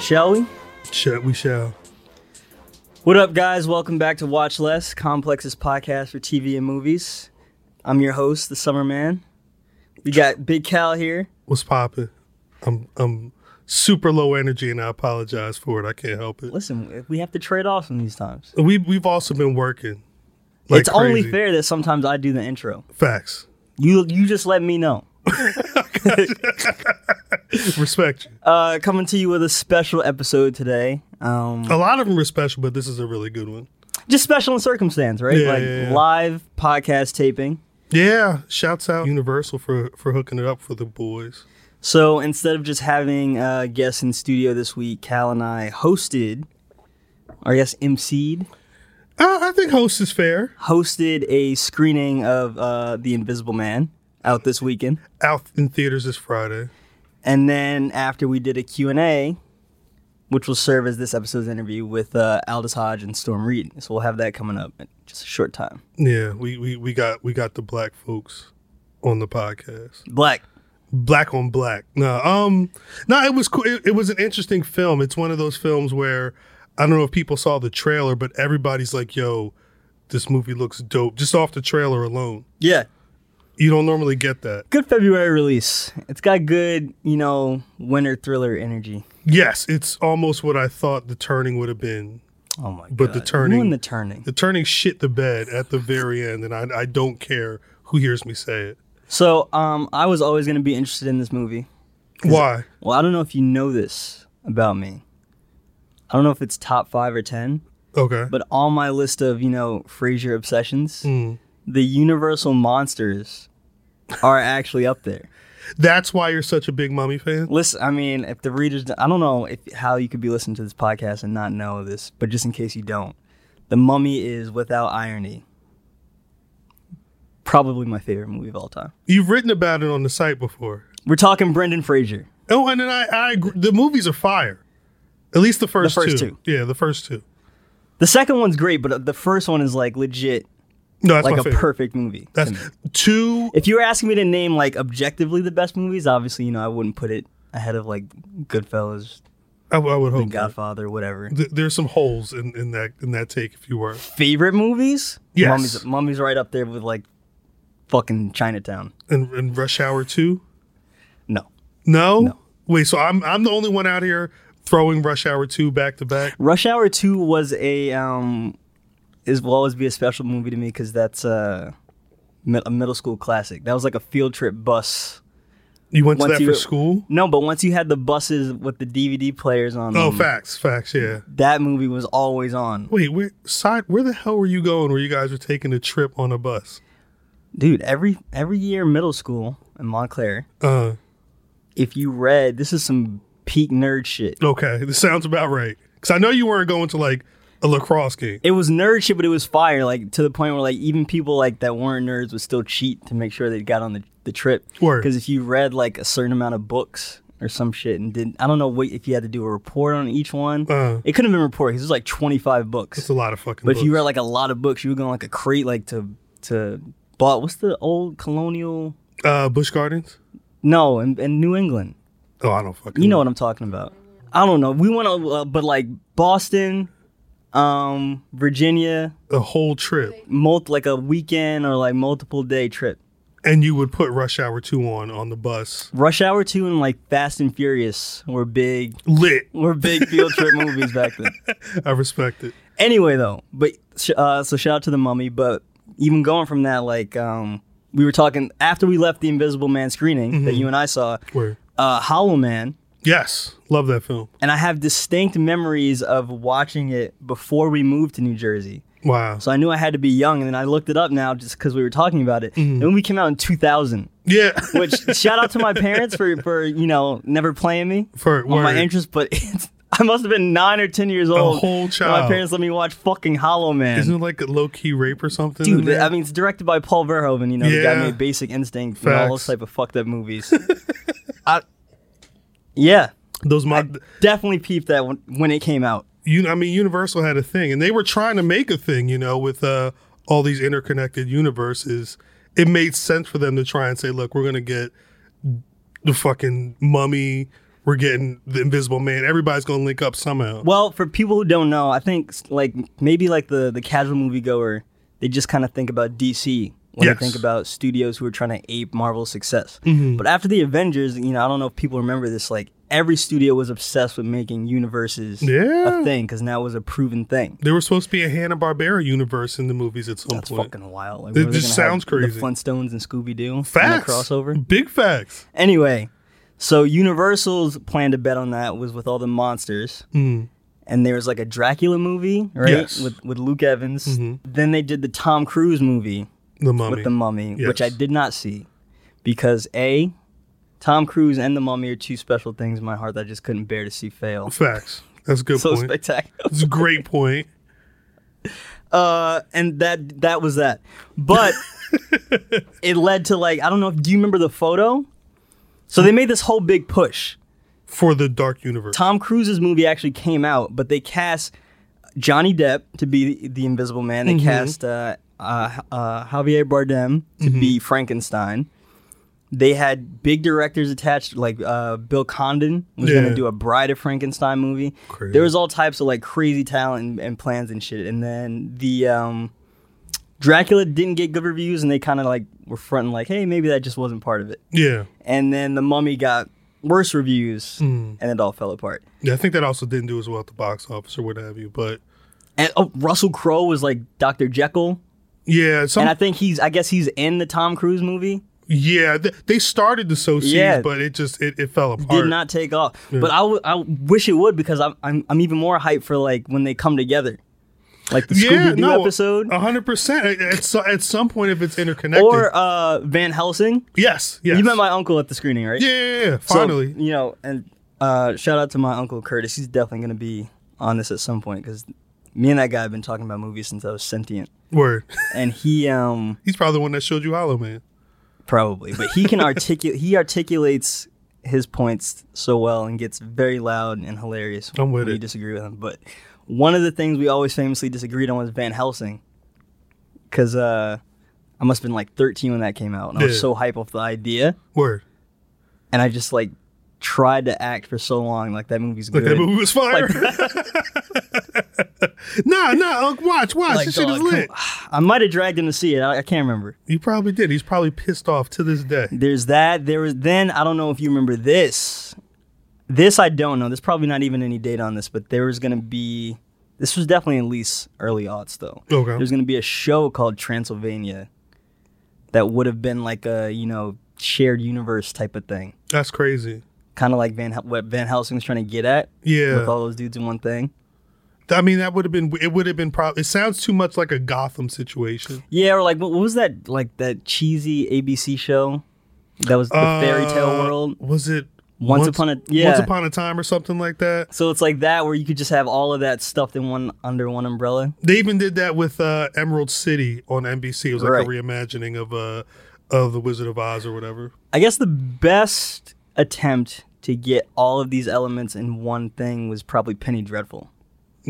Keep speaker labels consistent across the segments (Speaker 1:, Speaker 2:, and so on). Speaker 1: Shall we?
Speaker 2: Shut we shall.
Speaker 1: What up, guys? Welcome back to Watch Less, Complex's podcast for TV and movies. I'm your host, the Summer Man. We got Big Cal here.
Speaker 2: What's poppin'? I'm I'm super low energy and I apologize for it. I can't help it.
Speaker 1: Listen, we have to trade offs in these times.
Speaker 2: We we've also been working. like
Speaker 1: it's only
Speaker 2: crazy.
Speaker 1: fair that sometimes I do the intro.
Speaker 2: Facts.
Speaker 1: You you just let me know.
Speaker 2: Respect you.
Speaker 1: Uh, coming to you with a special episode today. Um,
Speaker 2: A lot of them are special, but this is a really good one.
Speaker 1: just special in circumstance, right?
Speaker 2: Yeah,
Speaker 1: like
Speaker 2: yeah, yeah.
Speaker 1: live podcast taping.
Speaker 2: Yeah. Shouts out Universal for for hooking it up for the boys.
Speaker 1: So instead of just having uh, guests in studio this week, Cal and I hosted, or I guess emceed,
Speaker 2: Uh, I think host is fair.
Speaker 1: hosted a screening of uh, The Invisible Man out this weekend.
Speaker 2: Out in theaters this Friday.
Speaker 1: And then after we did a Q&A, which will serve as this episode's interview with uh, Aldous Hodge and Storm Reed. So we'll have that coming up in just a short time.
Speaker 2: Yeah, we, we, we got we got the black folks on the podcast.
Speaker 1: Black.
Speaker 2: black on black. No, um, no, it was cool. It, it was an interesting film. It's one of those films where I don't know if people saw the trailer, but everybody's like, "Yo, this movie looks dope." Just off the trailer alone,
Speaker 1: Yeah.
Speaker 2: you don't normally get that.
Speaker 1: Good February release. It's got good, you know, winter thriller energy.
Speaker 2: Yes, it's almost what I thought the turning would have been.
Speaker 1: Oh my
Speaker 2: But
Speaker 1: god.
Speaker 2: the turning-
Speaker 1: Ruin the turning.
Speaker 2: The turning shit the bed at the very end, and I, I don't care who hears me say it.
Speaker 1: So, um, I was always going to be interested in this movie.
Speaker 2: Why?
Speaker 1: Well, I don't know if you know this about me. I don't know if it's top five or ten,
Speaker 2: Okay.
Speaker 1: but on my list of you know Frasier obsessions,
Speaker 2: Mm.
Speaker 1: the Universal monsters are actually up there.
Speaker 2: That's why you're such a big mummy fan.
Speaker 1: Listen, I mean, if the readers, I don't know if how you could be listening to this podcast and not know this, but just in case you don't, the Mummy is without irony probably my favorite movie of all time.
Speaker 2: You've written about it on the site before.
Speaker 1: We're talking Brendan Fraser.
Speaker 2: Oh, and then I, I agree. the movies are fire. At least the first,
Speaker 1: first two.
Speaker 2: Yeah, the first two.
Speaker 1: The second one's great, but the first one is like legit,
Speaker 2: No, that's
Speaker 1: like
Speaker 2: my
Speaker 1: a
Speaker 2: favorite.
Speaker 1: perfect movie. to me.
Speaker 2: That's two.
Speaker 1: if you were asking me to name like objectively the best movies, obviously you know I wouldn't put it ahead of like Goodfellas,
Speaker 2: I, I would
Speaker 1: The
Speaker 2: hope.
Speaker 1: Godfather, whatever.
Speaker 2: Th- there's some holes in, in that in that take. If you were,
Speaker 1: Favorite movies?
Speaker 2: Yes.
Speaker 1: Mummy's, Mummy's right up there with like fucking Chinatown.
Speaker 2: in, in Rush Hour two,
Speaker 1: No,
Speaker 2: no? Wait, so I'm I'm the only one out here throwing Rush Hour two back to back.
Speaker 1: Rush Hour Two was a um, is will always be a special movie to me because that's uh, mi- a middle school classic. That was like a field trip bus.
Speaker 2: You went to
Speaker 1: Once
Speaker 2: that
Speaker 1: you-
Speaker 2: for school?
Speaker 1: No, but once you had the buses with the DVD players on
Speaker 2: Oh,
Speaker 1: them,
Speaker 2: facts, facts. Yeah.
Speaker 1: that movie was always on.
Speaker 2: Wait, where side? Where the hell were you going? Where you guys were taking a trip on a bus?
Speaker 1: Dude, every every year in middle school in Montclair,
Speaker 2: Uh,
Speaker 1: if you read, this is some peak nerd shit.
Speaker 2: okay, this sounds about right. Because I know you weren't going to like a lacrosse game.
Speaker 1: It was nerd shit, but it was fire. Like to the point where like even people like that weren't nerds would still cheat to make sure they got on the, the trip.
Speaker 2: Word.
Speaker 1: Because if you read like a certain amount of books or some shit and did I don't know what if you had to do a report on each one.
Speaker 2: Uh.
Speaker 1: it couldn't have been report because it was like twenty five
Speaker 2: It's
Speaker 1: books.
Speaker 2: a lot of fucking.
Speaker 1: But if you
Speaker 2: books.
Speaker 1: read like a lot of books, you were going like a crate like to to bought what's the old colonial
Speaker 2: uh, Bush Gardens.
Speaker 1: no in, in New England.
Speaker 2: Oh, I don't fucking.
Speaker 1: You know what I'm talking about. I don't know. We went, to, uh, but like Boston, um, Virginia,
Speaker 2: the whole trip.
Speaker 1: mul- like a weekend or like multiple day trip.
Speaker 2: and you would put Rush Hour 2 on on the bus.
Speaker 1: Rush Hour Two and like Fast and Furious were big,
Speaker 2: Lit.
Speaker 1: were big field trip movies back then.
Speaker 2: I respect it.
Speaker 1: Anyway, though, but sh- uh, so shout out to the Mummy. But even going from that, like um, we were talking after we left the Invisible Man screening that you and I saw,
Speaker 2: Word.
Speaker 1: uh, Hollow Man.
Speaker 2: Yes. Love that film.
Speaker 1: and I have distinct memories of watching it before we moved to New Jersey.
Speaker 2: Wow.
Speaker 1: So I knew I had to be young, and then I looked it up now just because we were talking about it.
Speaker 2: Mm-hmm.
Speaker 1: And we came out in 2000,
Speaker 2: Yeah.
Speaker 1: which shout out to my parents for for you know never playing me
Speaker 2: For-
Speaker 1: on my
Speaker 2: word.
Speaker 1: interest, but it's, I must have been nine or ten years old.
Speaker 2: whole
Speaker 1: when My
Speaker 2: child.
Speaker 1: parents let me watch fucking Hollow Man.
Speaker 2: Isn't it like a low key rape or something? in
Speaker 1: Dude,
Speaker 2: there?
Speaker 1: I mean, it's directed by Paul Verhoeven. You know, the guy who
Speaker 2: Yeah.
Speaker 1: made Basic Instinct and all
Speaker 2: Facts.
Speaker 1: those type of fucked up movies. I, yeah,
Speaker 2: those mod-
Speaker 1: definitely peeped that when, when it came out.
Speaker 2: you I mean Universal had a thing and they were trying to make a thing, you know, with uh all these interconnected universes. It made sense for them to try and say, look, we're gonna get the fucking mummy, we're getting the invisible man, everybody's gonna link up somehow.
Speaker 1: Well, for people who don't know, I think s- like maybe like the the casual moviegoer, they just kind of think about DC when
Speaker 2: Yes. Mm-hmm.
Speaker 1: they think about studios who are trying to ape Marvel's success. But after the Avengers, you know, I don't know if people remember this. Like every studio was obsessed with making universes
Speaker 2: Yeah.
Speaker 1: a thing because now it was a proven thing.
Speaker 2: There was supposed to be a Hanna Barbera universe in the movies at some
Speaker 1: That's
Speaker 2: point.
Speaker 1: fucking wild. Like,
Speaker 2: It
Speaker 1: what are they
Speaker 2: just
Speaker 1: gonna have
Speaker 2: sounds crazy.
Speaker 1: The Flintstones and Scooby Doo
Speaker 2: facts.
Speaker 1: crossover.
Speaker 2: Big facts.
Speaker 1: Anyway, so Universal's plan to bet on that was with all the monsters. And there was like a Dracula movie, right?
Speaker 2: Hmm. Yes.
Speaker 1: With with Luke Evans. Then they did the Tom Cruise movie
Speaker 2: The mummy.
Speaker 1: with the Mummy, which I
Speaker 2: Yes.
Speaker 1: did not see because a Tom Cruise and the Mummy are two special things in my heart that I just couldn't bear to see fail.
Speaker 2: Facts. That's a good
Speaker 1: So
Speaker 2: point.
Speaker 1: spectacular.
Speaker 2: It's a great point.
Speaker 1: Uh, and that that was that. But it led to like I don't know. if Do you remember the photo? So they made this whole big push.
Speaker 2: For the dark universe.
Speaker 1: Tom Cruise's movie actually came out, but they cast Johnny Depp to be the Invisible Man.
Speaker 2: Mm-hmm.
Speaker 1: They cast uh, uh, uh, Javier Bardem to
Speaker 2: Mm-hmm.
Speaker 1: be Frankenstein. They had big directors attached, like uh, Bill Condon was going
Speaker 2: Yeah.
Speaker 1: to do a Bride of Frankenstein movie.
Speaker 2: Crazy.
Speaker 1: There was all types of like crazy talent and, and plans and shit. And then the um, Dracula didn't get good reviews, and they kind of like were fronting like, "Hey, maybe that just wasn't part of it."
Speaker 2: yeah.
Speaker 1: And then the Mummy got worse reviews,
Speaker 2: Mm.
Speaker 1: and it all fell apart.
Speaker 2: Yeah, I think that also didn't do as well at the box office or what have you. But
Speaker 1: And oh, Russell Crowe was like Dr. Jekyll.
Speaker 2: yeah, some,
Speaker 1: And I think he's, I guess he's in the Tom Cruise movie.
Speaker 2: yeah, th- they started the so
Speaker 1: Yeah.
Speaker 2: but it just it, it fell apart.
Speaker 1: Did not take off. But I, w- I wish it would because I'm, I'm, I'm even more hyped for like when they come together. Like the Scooby Doo episode.
Speaker 2: hundred percent. At, so- at some point, if it's interconnected,
Speaker 1: or uh, Van Helsing.
Speaker 2: yes, yes,
Speaker 1: You met my uncle at the screening, right?
Speaker 2: yeah, yeah, yeah,
Speaker 1: So,
Speaker 2: finally,
Speaker 1: you know, and uh, shout out to my uncle Curtis. He's definitely going to be on this at some point because me and that guy have been talking about movies since I was sentient.
Speaker 2: word.
Speaker 1: And he, um,
Speaker 2: He's probably the one that showed you Hollow Man.
Speaker 1: probably but he can articulate he articulates his points so well and gets very loud and hilarious
Speaker 2: I'm with
Speaker 1: when you
Speaker 2: it.
Speaker 1: disagree with him but one of the things we always famously disagreed on was van helsing because uh, i must have been like 13 when that came out and i was
Speaker 2: Yeah.
Speaker 1: so hype off the idea
Speaker 2: Word.
Speaker 1: and i just like tried to act for so long like that movie's
Speaker 2: Like
Speaker 1: good
Speaker 2: that movie was fire. nah, nah, Unc, watch, watch.
Speaker 1: Like,
Speaker 2: this shit
Speaker 1: dog,
Speaker 2: is
Speaker 1: come
Speaker 2: lit.
Speaker 1: i might have dragged him to see it I, I can't remember
Speaker 2: You probably did. He's probably pissed off to this day.
Speaker 1: There's that. There was then I don't know if you remember this. This I don't know. There's probably not even any date on this, but there was gonna be this was definitely at least early aughts though.
Speaker 2: Okay.
Speaker 1: There's gonna be a show called Transylvania that would have been like a, you know, shared universe type of thing.
Speaker 2: That's crazy.
Speaker 1: Kind of like Van Hel- what Van Helsing was trying to get at
Speaker 2: Yeah.
Speaker 1: with all those dudes in one thing.
Speaker 2: I mean, that would have been. It would have been. Probably. It sounds too much like a Gotham situation.
Speaker 1: Yeah, or like what, what was that like that cheesy ABC show that was the fairy tale
Speaker 2: Uh,
Speaker 1: world?
Speaker 2: Was it
Speaker 1: Once upon a-
Speaker 2: Once
Speaker 1: yeah.
Speaker 2: upon a time or something like that?
Speaker 1: So it's like that where you could just have all of that stuffed in one under one umbrella.
Speaker 2: They even did that with uh, Emerald City on NBC. It was like
Speaker 1: Right.
Speaker 2: a reimagining of uh of the Wizard of Oz or whatever.
Speaker 1: I guess the best attempt to get all of these elements in one thing was probably Penny Dreadful.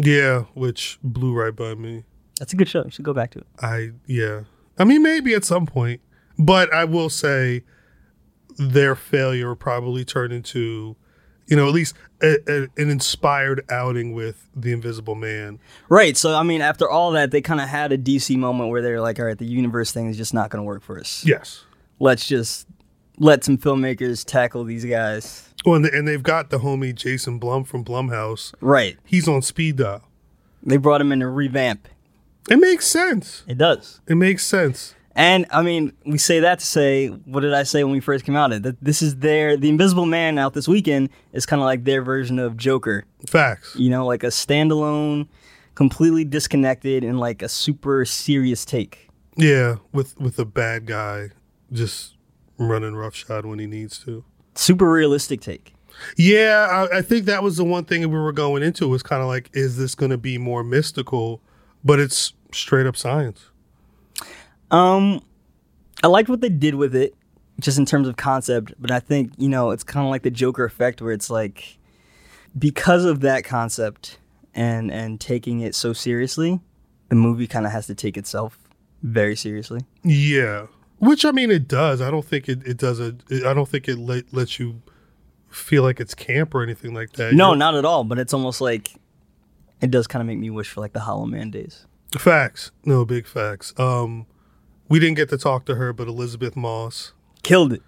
Speaker 2: Yeah, which blew right by me.
Speaker 1: That's a good show. You should go back to it.
Speaker 2: I yeah. I mean, maybe at some point, but I will say their failure probably turned into, you know, at least a, a, an inspired outing with the Invisible Man.
Speaker 1: Right. So I mean, after all that, they kind of had a DC moment where they're like, "All right, the universe thing is just not going to work for us.
Speaker 2: Yes.
Speaker 1: Let's just let some filmmakers tackle these guys."
Speaker 2: Well, and, and they've got the homie Jason Blum from Blumhouse.
Speaker 1: Right.
Speaker 2: He's on speed dial.
Speaker 1: They brought him in to revamp.
Speaker 2: It makes sense.
Speaker 1: It does.
Speaker 2: It makes sense.
Speaker 1: And I mean, we say that to say, what did I say when we first came out? That this is their The Invisible Man out this weekend is kind of like their version of Joker.
Speaker 2: Facts.
Speaker 1: You know, like a standalone completely disconnected and like a super serious take.
Speaker 2: Yeah, with with a bad guy just running roughshod when he needs to.
Speaker 1: Super realistic take.
Speaker 2: Yeah, I, I think that was the one thing we were going into was kind of like, is this going to be more mystical? But it's straight up science.
Speaker 1: Um, I liked what they did with it, just in terms of concept. But I think you know it's kind of like the Joker effect, where it's like because of that concept and and taking it so seriously, the movie kind of has to take itself very seriously.
Speaker 2: Yeah, which I mean, it does. I don't think it, it does a. It, I don't think it let, lets you feel like it's camp or anything like that.
Speaker 1: No,
Speaker 2: You're-
Speaker 1: not at all. But it's almost like it does kind of make me wish for like the Hollow Man days.
Speaker 2: facts. No big facts. Um, we didn't get to talk to her, but Elizabeth Moss,
Speaker 1: Killed it.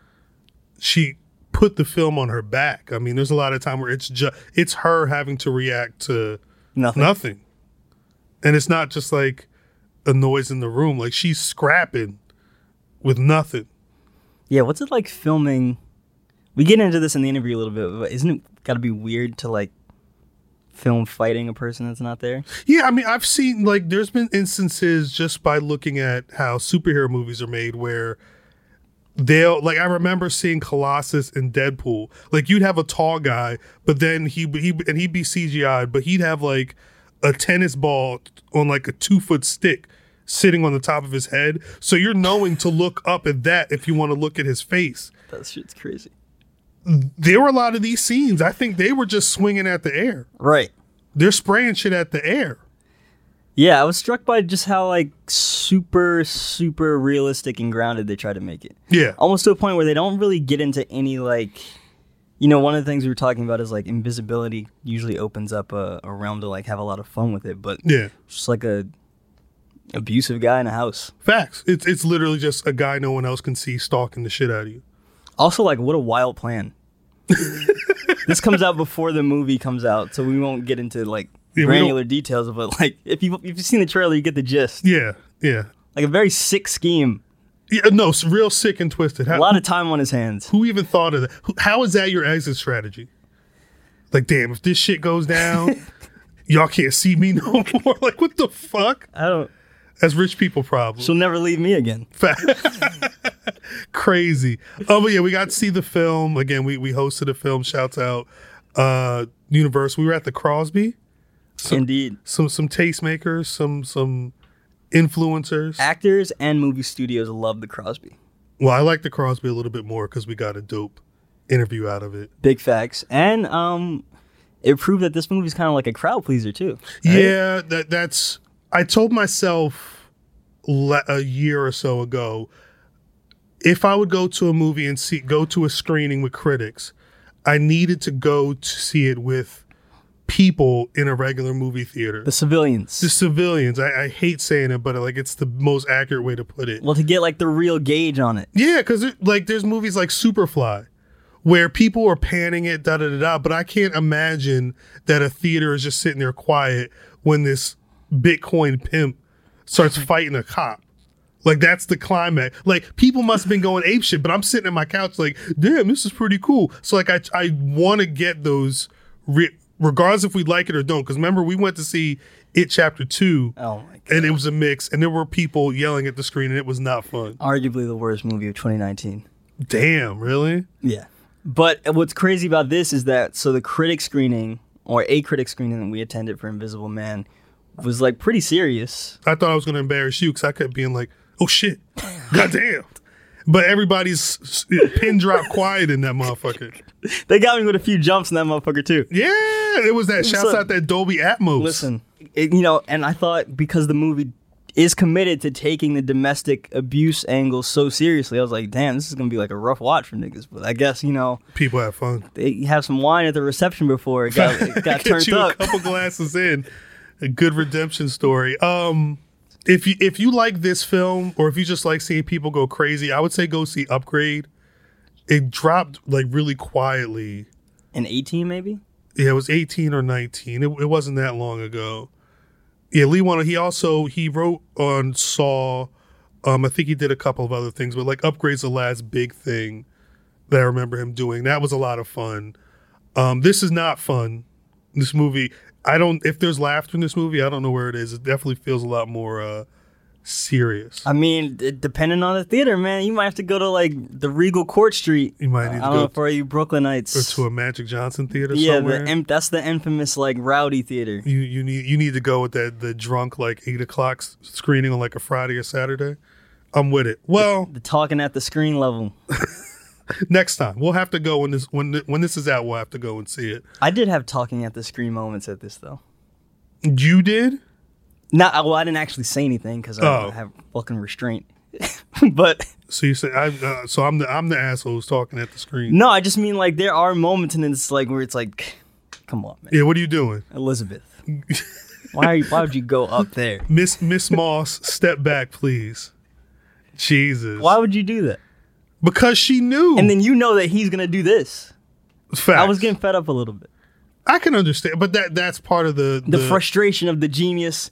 Speaker 2: she put the film on her back. I mean, there's a lot of time where it's just it's her having to react to
Speaker 1: Nothing.
Speaker 2: nothing, and it's not just like a noise in the room. Like she's scrapping with nothing.
Speaker 1: Yeah, what's it like filming? We get into this in the interview a little bit, but isn't it got to be weird to like film fighting a person that's not there?
Speaker 2: Yeah, I mean, I've seen like there's been instances just by looking at how superhero movies are made where they'll like I remember seeing Colossus in Deadpool. Like you'd have a tall guy, but then he he and he'd be CGI'd, but he'd have like a tennis ball on like a two foot stick sitting on the top of his head. So you're knowing to look up at that if you want to look at his face.
Speaker 1: That shit's crazy.
Speaker 2: There were a lot of these scenes. I think they were just swinging at the air.
Speaker 1: Right.
Speaker 2: They're spraying shit at the air.
Speaker 1: Yeah, I was struck by just how like super super realistic and grounded they try to make it.
Speaker 2: Yeah.
Speaker 1: Almost to a point where they don't really get into any like you know, one of the things we were talking about is like invisibility usually opens up a, a realm to like have a lot of fun with it, but
Speaker 2: Yeah.
Speaker 1: just like a abusive guy in a house.
Speaker 2: Facts. It's it's literally just a guy no one else can see stalking the shit out of you.
Speaker 1: Also, like, what a wild plan. this comes out before the movie comes out, so we won't get into like
Speaker 2: Yeah, we
Speaker 1: granular details. But like, if you if you've seen the trailer, you get the gist.
Speaker 2: Yeah, yeah,
Speaker 1: Like a very sick scheme.
Speaker 2: yeah. No, it's real sick and twisted.
Speaker 1: A
Speaker 2: How,
Speaker 1: lot of time on his hands.
Speaker 2: who even thought of that? Who- How is that your exit strategy? Like, damn, if this shit goes down, y'all can't see me no more. Like, what the fuck?
Speaker 1: I don't.
Speaker 2: That's rich people problem.
Speaker 1: She'll never leave me again.
Speaker 2: Crazy. Oh, but yeah, we got to see the film again. We we hosted a film. Shouts out, uh, Universe. We were at the Crosby.
Speaker 1: Indeed,
Speaker 2: Some some tastemakers. Some some influencers.
Speaker 1: actors and movie studios love the Crosby.
Speaker 2: Well, I like the Crosby a little bit more because we got a dope interview out of it.
Speaker 1: Big facts, and um, it proved that this movie's kind of like a crowd pleaser too.
Speaker 2: Yeah, that that's. I told myself le- a year or so ago, if I would go to a movie and see go to a screening with critics, I needed to go to see it with people in a regular movie theater.
Speaker 1: The civilians.
Speaker 2: The civilians. I, I hate saying it, but like it's the most accurate way to put it.
Speaker 1: well, to get like the real gauge on it.
Speaker 2: Yeah, because like there's movies like Superfly where people are panning it, da da da da. But I can't imagine that a theater is just sitting there quiet when this Bitcoin pimp starts fighting a cop. Like that's the climax. Like people must have been going ape shit, but I'm sitting on my couch like, damn, this is pretty cool. So like I I want to get those, re- regardless if we like it or don't. Because remember we went to see it chapter two,
Speaker 1: Oh my god.
Speaker 2: and it was a mix, and there were people yelling at the screen, and it was not fun.
Speaker 1: Arguably the worst movie of 2019.
Speaker 2: Damn, really?
Speaker 1: Yeah. But what's crazy about this is that so the critic screening or a critic screening that we attended for Invisible Man was like pretty serious.
Speaker 2: I thought I was going to embarrass you because I kept being like, "Oh shit, goddamn!" But everybody's s- s- pin drop quiet in that motherfucker.
Speaker 1: They got me with a few jumps in that motherfucker too.
Speaker 2: Yeah, it was that. Shouts
Speaker 1: So-
Speaker 2: out that Dolby Atmos.
Speaker 1: Listen, it- you know, and I thought because the movie is committed to taking the domestic abuse angle so seriously, I was like, damn, this is gonna be like a rough watch for niggas. But I guess you know
Speaker 2: people have fun.
Speaker 1: they have some wine at the reception before it got, it got
Speaker 2: Get
Speaker 1: turned
Speaker 2: you a
Speaker 1: up.
Speaker 2: couple glasses in. A good redemption story. Um, if you if you like this film, or if you just like seeing people go crazy, I would say go see Upgrade. It dropped like really quietly.
Speaker 1: An 18 maybe.
Speaker 2: Yeah, it was 18 or 19. It, it wasn't that long ago. Yeah, Lee Wano, he also he wrote on Saw. Um, I think he did a couple of other things, but like Upgrade's the last big thing that I remember him doing. That was a lot of fun. Um, this is not fun. This movie, I don't. If there's laughter in this movie, I don't know where it is. It definitely feels a lot more uh, serious.
Speaker 1: I mean, d- depending on the theater, man, you might have to go to like the Regal Court Street.
Speaker 2: You might
Speaker 1: I
Speaker 2: need to
Speaker 1: don't know
Speaker 2: go
Speaker 1: for you Brooklynites.
Speaker 2: or to a Magic Johnson theater
Speaker 1: yeah,
Speaker 2: somewhere.
Speaker 1: the im- that's the infamous like rowdy theater.
Speaker 2: you you need you need to go with that the drunk like eight o'clock s- screening on like a Friday or Saturday. I'm with it. Well,
Speaker 1: The talking at the screen level.
Speaker 2: next time we'll have to go when this when th- when this is out. We'll have to go and see it.
Speaker 1: I did have talking at the screen moments at this though.
Speaker 2: You did?
Speaker 1: Not well, I didn't actually say anything because I
Speaker 2: Oh.
Speaker 1: don't have fucking restraint. but
Speaker 2: So you said I. Uh, so I'm the I'm the asshole who's talking at the screen.
Speaker 1: no, I just mean like there are moments and it's like where it's like, come on, man,
Speaker 2: Yeah. What are you doing,
Speaker 1: Elizabeth. Why are you, why would you go up there?
Speaker 2: Miss Miss Moss? Step back, please. Jesus.
Speaker 1: Why would you do that?
Speaker 2: Because she knew.
Speaker 1: And then you know that he's gonna do this.
Speaker 2: Facts.
Speaker 1: I was getting fed up a little bit.
Speaker 2: I can understand, but that that's part of the
Speaker 1: the frustration of the genius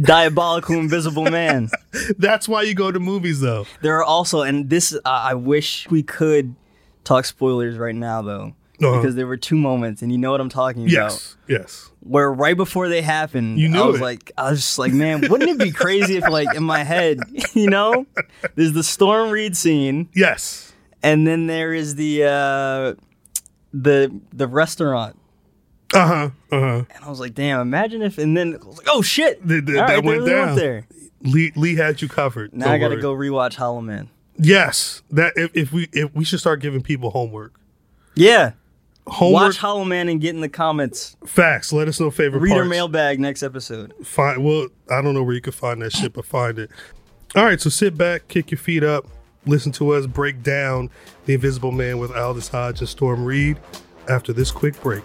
Speaker 1: diabolical invisible man
Speaker 2: That's why you go to movies, though.
Speaker 1: there are also and this uh, i wish we could talk spoilers right now though
Speaker 2: Uh-huh.
Speaker 1: because there were two moments and you know what i'm talking about
Speaker 2: Yes, yes.
Speaker 1: where right before they happened
Speaker 2: You knew
Speaker 1: i was
Speaker 2: it.
Speaker 1: like i was just like man wouldn't it be crazy if like in my head you know there's the storm reed scene
Speaker 2: Yes.
Speaker 1: and then there is the uh the the restaurant
Speaker 2: Uh huh. Uh huh.
Speaker 1: and i was like damn imagine if and then I was like, oh shit
Speaker 2: Th- th-
Speaker 1: All
Speaker 2: that
Speaker 1: right, they
Speaker 2: went
Speaker 1: really
Speaker 2: down.
Speaker 1: there
Speaker 2: Lee Lee had you covered.
Speaker 1: Now
Speaker 2: Don't
Speaker 1: I gotta
Speaker 2: worry.
Speaker 1: go rewatch Hollow Man.
Speaker 2: Yes. That if, if we if we should start giving people homework.
Speaker 1: Yeah.
Speaker 2: Homework
Speaker 1: Watch Hollow Man and get in the comments.
Speaker 2: facts. Let us know favorite
Speaker 1: Reader
Speaker 2: parts.
Speaker 1: mailbag next episode.
Speaker 2: Find well. I don't know where you can find that shit, but find it. All right. So sit back, kick your feet up, listen to us break down the Invisible Man with Aldous Hodge and Storm Reed after this quick break.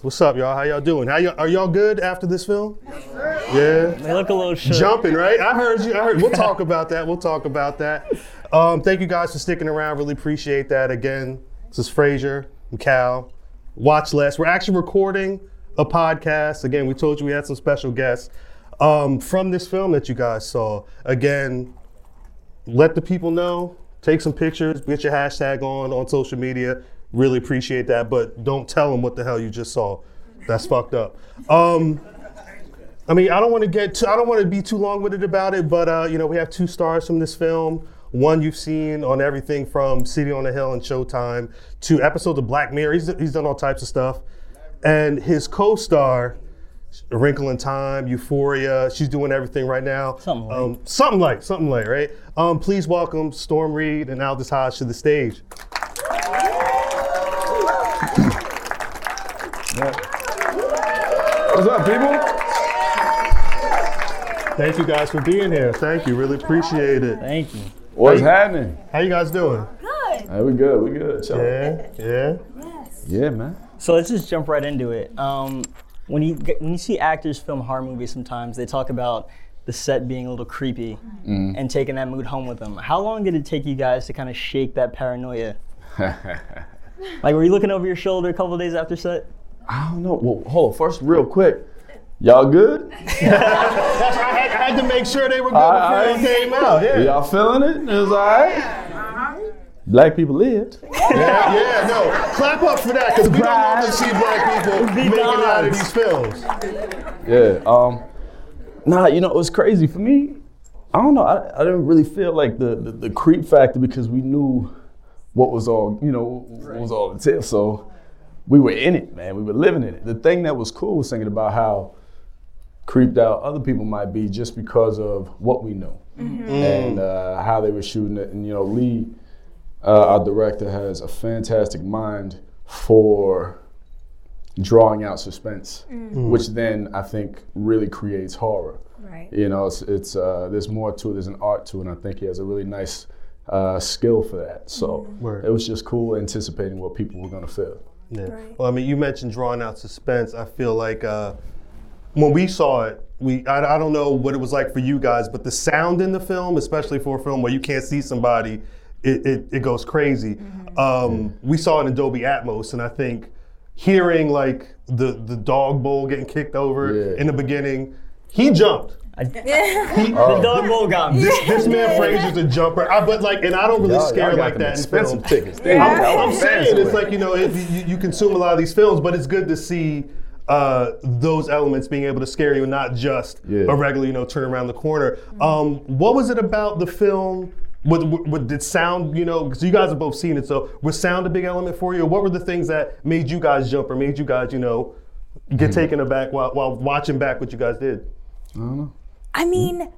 Speaker 2: What's up, y'all? How y'all doing? How y'all, are y'all good after this film? Yeah.
Speaker 1: They look a little shook.
Speaker 2: jumping, right? I heard you. I heard. We'll talk about that. We'll talk about that. Um, thank you guys for sticking around. Really appreciate that. Again, this is Frazier and Cal. Watch less. We're actually recording a podcast. Again, we told you we had some special guests um, from this film that you guys saw. Again, let the people know. Take some pictures. Get your hashtag on on social media. Really appreciate that. But don't tell them what the hell you just saw. That's fucked up. Um, I mean, I don't want to get too, I don't want to be too long-winded about it, but uh, you know, we have two stars from this film. One you've seen on everything from City on a Hill and Showtime to episodes of Black Mirror. He's, he's done all types of stuff, and his co-star, A Wrinkle in Time, Euphoria. She's doing everything right now.
Speaker 1: Something like.
Speaker 2: um, something like something like right. Um, please welcome Storm Reed and Aldous Hodge to the stage. What's up, people? Thank you guys for being here. Thank you. Really appreciate it.
Speaker 1: Thank you.
Speaker 3: What's happening?
Speaker 2: How you guys doing?
Speaker 3: Hey, we good. We good. Chill.
Speaker 2: Yeah, yeah.
Speaker 3: Yeah, man.
Speaker 1: So let's just jump right into it. Um, when you get- when you see actors film horror movies, sometimes they talk about the set being a little creepy and taking that mood home with them. How long did it take you guys to kind of shake that paranoia? like, were you looking over your shoulder a couple days after set?
Speaker 3: I don't know. Well, hold on. First, real quick. Y'all good?
Speaker 2: That's why I had, I had to make sure they were good
Speaker 3: I-
Speaker 2: before
Speaker 3: I-
Speaker 2: they came out. Yeah, yeah,
Speaker 3: Y'all feeling it? It was all right? Black people lived.
Speaker 2: yeah no. Clap up for that because we don't often see black people
Speaker 1: Be
Speaker 2: making out of
Speaker 1: nice.
Speaker 2: these films.
Speaker 3: Yeah. Um. Nah, you know, it was crazy for me. I don't know. I, I didn't really feel like the, the the creep factor because we knew what was all you know what was all entailed. So we were in it, man. We were living in it. The thing that was cool was thinking about how creeped out other people might be just because of what we know and uh, how they were shooting it. And you know, Lee, uh, our director, has a fantastic mind for
Speaker 4: drawing out suspense, which then I think really creates horror.
Speaker 5: Right.
Speaker 4: You know, it's, it's uh, there's more to it. There's an art to it. And I think he has a really nice uh, skill for that. So it was just cool anticipating what people were gonna feel.
Speaker 2: Yeah. Well, I mean, you mentioned drawing out suspense. I feel like uh, when we saw it, we I, I don't know what it was like for you guys, but the sound in the film, especially for a film where you can't see somebody, it, it, it goes crazy. Um, we saw it in Dolby Atmos, and I think hearing like the the dog bowl getting kicked over
Speaker 4: Yeah.
Speaker 2: in the beginning, he jumped.
Speaker 1: The dog bowl got me.
Speaker 2: This, this man Frazier's a jumper, I, but like, and I don't really
Speaker 4: Y'all-
Speaker 2: scare
Speaker 4: y'all got
Speaker 2: like
Speaker 4: them
Speaker 2: that in
Speaker 4: expensive
Speaker 2: films.
Speaker 4: tickets. They-
Speaker 2: I'm,
Speaker 4: Yeah.
Speaker 2: I'm saying it's like you know it, you, you consume a lot of these films, but it's good to see uh, those elements being able to scare you, and not just
Speaker 4: Yeah.
Speaker 2: a regular you know turn around the corner. Um, what was it about the film? What, what, what did sound you know? Because you guys have both seen it, so was sound a big element for you? What were the things that made you guys jump or made you guys you know get
Speaker 4: Hmm.
Speaker 2: taken aback while, while watching back what you guys did?
Speaker 5: I mean,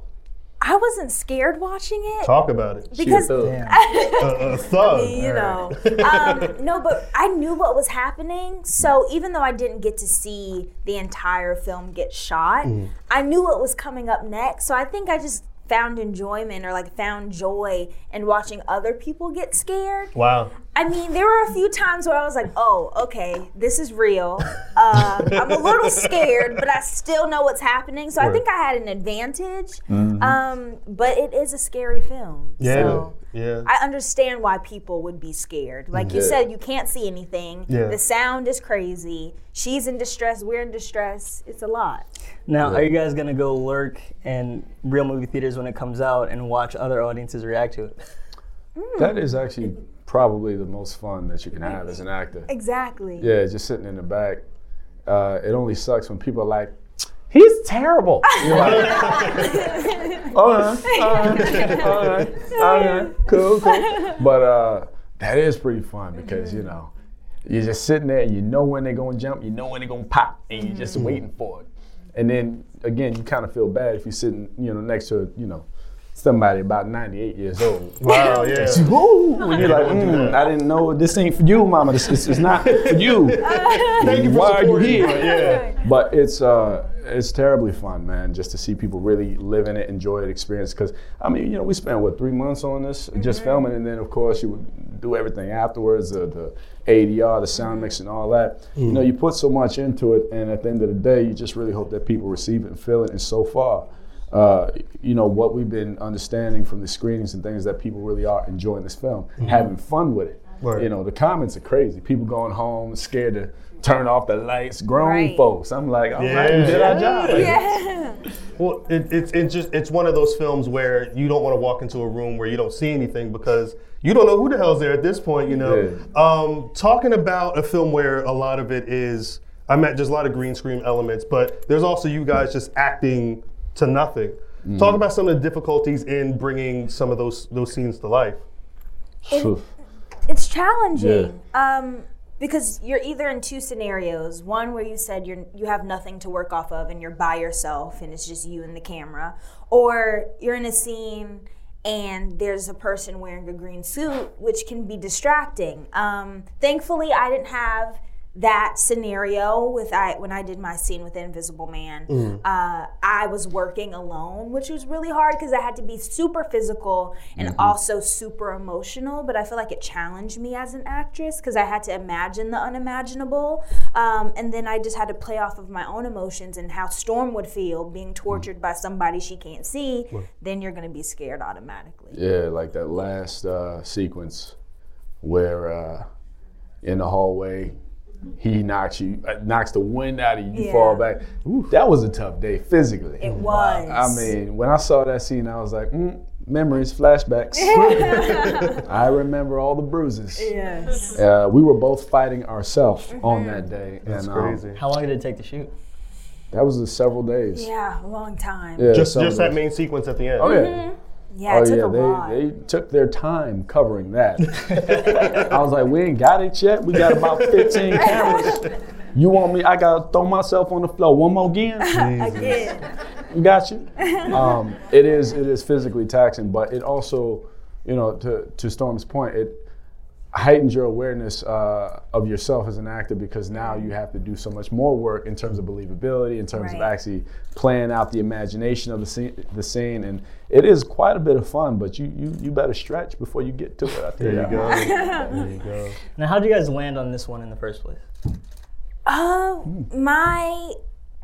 Speaker 5: I wasn't scared watching it
Speaker 2: Talk about it.
Speaker 5: because
Speaker 2: a thug.
Speaker 5: you know. um, no, but I knew what was happening. So even though I didn't get to see the entire film get shot, I knew what was coming up next. So I think I just found enjoyment or like found joy in watching other people get scared.
Speaker 2: Wow.
Speaker 5: I mean, there were a few times where I was like, "Oh, okay, this is real." Uh, I'm a little scared, but I still know what's happening. So I think I had an advantage. Um, but it is a scary film.
Speaker 2: Mm-hmm. Yeah.
Speaker 5: So
Speaker 2: Yeah.
Speaker 5: I understand why people would be scared. Like you said, you can't see anything.
Speaker 2: Yeah.
Speaker 5: The sound is crazy. She's in distress. We're in distress. It's a lot.
Speaker 1: Now, are you guys gonna go lurk in real movie theaters when it comes out and watch other audiences react to it?
Speaker 4: That is actually probably the most fun that you can have as an actor.
Speaker 5: Exactly.
Speaker 4: Yeah, just sitting in the back. Uh, it only sucks when people are like, he's terrible. You're like, all right, all right, all right, all right, cool, cool. But uh, that is pretty fun because, you know, you're just sitting there and you know when they're going to jump, you know when they're going to pop, and you're just waiting for it. And then, again, you kind of feel bad if you're sitting, you know, next to, you know, somebody about 98 years old.
Speaker 2: Wow. Yeah.
Speaker 4: Ooh, when you're like, mm, I didn't know this ain't for you, mama. This, this is not for you. Thank you for Why are you here?
Speaker 2: yeah.
Speaker 4: But it's uh, it's terribly fun, man. Just to see people really live in it, enjoy it, experience. Because I mean, you know, we spent what three months on this, just filming, and then of course you would do everything afterwards, the, the ADR, the sound mix, and all that. You know, you put so much into it, and at the end of the day, you just really hope that people receive it and feel it. And so far, uh, you know, what we've been understanding from the screenings and things that people really are enjoying this film, having fun with it. You know, the comments are crazy. People going home scared to turn off the lights, grown
Speaker 5: Right.
Speaker 4: folks. I'm like, all right,
Speaker 2: Yeah.
Speaker 4: we did our job.
Speaker 5: Yeah.
Speaker 2: Well, it, it's it's just it's one of those films where you don't want to walk into a room where you don't see anything because you don't know who the hell's there at this point. You know,
Speaker 4: Yeah.
Speaker 2: um, talking about a film where a lot of it is I meant there's a lot of green screen elements, but there's also you guys just acting to nothing.
Speaker 4: Mm.
Speaker 2: Talk about some of the difficulties in bringing some of those those scenes to life.
Speaker 4: Phew.
Speaker 5: it's challenging um, because you're either in two scenarios one where you said you're you have nothing to work off of and you're by yourself and it's just you and the camera or you're in a scene and there's a person wearing a green suit which can be distracting um, thankfully i didn't have that scenario with I when I did my scene with Invisible Man,
Speaker 4: Mm.
Speaker 5: uh, I was working alone, which was really hard because I had to be super physical and
Speaker 4: Mm-hmm.
Speaker 5: also super emotional. But I feel like it challenged me as an actress because I had to imagine the unimaginable, um, and then I just had to play off of my own emotions and how Storm would feel
Speaker 4: Mm.
Speaker 5: being tortured by somebody she can't see. Then you're gonna be scared automatically.
Speaker 4: Yeah, like that last uh, sequence where uh, in the hallway he knocks you, uh, knocks the wind out of you, you fall
Speaker 5: Yeah.
Speaker 4: back. That was a tough day physically.
Speaker 5: It was.
Speaker 4: I mean, when I saw that scene, I was like, mm, memories, flashbacks. I remember all the bruises.
Speaker 5: yes.
Speaker 4: Uh, we were both fighting ourselves
Speaker 5: Mm-hmm.
Speaker 4: on that day. That's and, um,
Speaker 2: Crazy.
Speaker 1: How long did it take to shoot?
Speaker 4: that was the several days.
Speaker 5: Yeah, a long time.
Speaker 4: Yeah,
Speaker 2: Just
Speaker 4: several
Speaker 2: just that
Speaker 4: days.
Speaker 2: main sequence at the end.
Speaker 4: Oh yeah.
Speaker 5: Mm-hmm. Yeah, it took a while.
Speaker 4: they, they took their time covering that. I was like, we ain't got it yet. We got about 15 cameras. You want me? I gotta throw myself on the floor one more again.
Speaker 5: Again.
Speaker 4: You Got you. Um, it is it is physically taxing, but it also, you know, to to Storm's point, it heightens your awareness uh, of yourself as an actor because now you have to do so much more work in terms of believability, in terms of
Speaker 5: Right.
Speaker 4: actually playing out the imagination of the scene, the scene, and it is quite a bit of fun. But you you, you better stretch before you get to it. I there you go.
Speaker 1: Now, how'd you guys land on this one in the first place?
Speaker 5: Uh, my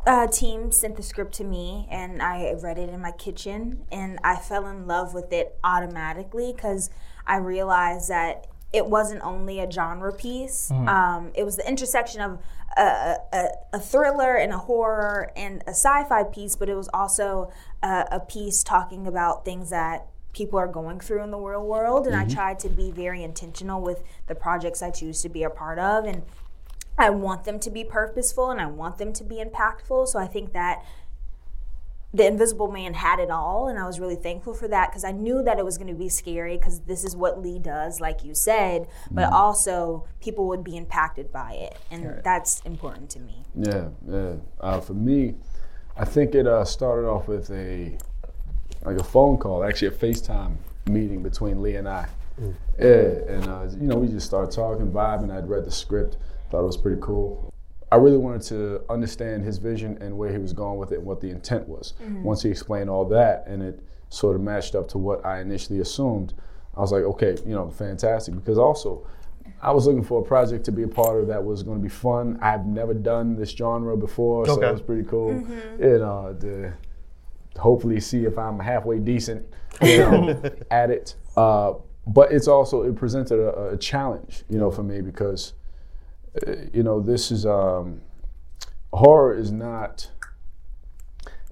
Speaker 5: uh, team sent the script to me, and I read it in my kitchen, and I fell in love with it automatically because I realized that it wasn't only a genre piece. Um, it was the intersection of a, a, a- a thriller and a horror and a sci-fi piece, but it was also a, a piece talking about things that people are going through in the real world. And I tried to be very intentional with the projects I choose to be a part of, and I want them to be purposeful and I want them to be impactful. So I think that the Invisible Man had it all, and I was really thankful for that because I knew that it was going to be scary because this is what Lee does, like you said, but also people would be impacted by it, and that's important to me.
Speaker 4: Yeah, yeah. Uh, for me, I think it uh, started off with a like a phone call, actually a FaceTime meeting between Lee and I. Yeah, and uh, you know we just started talking, vibing. I'd read the script, thought it was pretty cool. I really wanted to understand his vision and where he was going with it, and what the intent was. Once he explained all that, and it sort of matched up to what I initially assumed, I was like, okay, you know, fantastic. Because also, I was looking for a project to be a part of that was going to be fun. I've never done this genre before, so
Speaker 6: Okay.
Speaker 4: it was pretty cool. uh, You know, to hopefully see if I'm halfway decent you know, at it. Uh, but it's also it presented a, a challenge, you know, for me because uh, you know this is um, horror is not.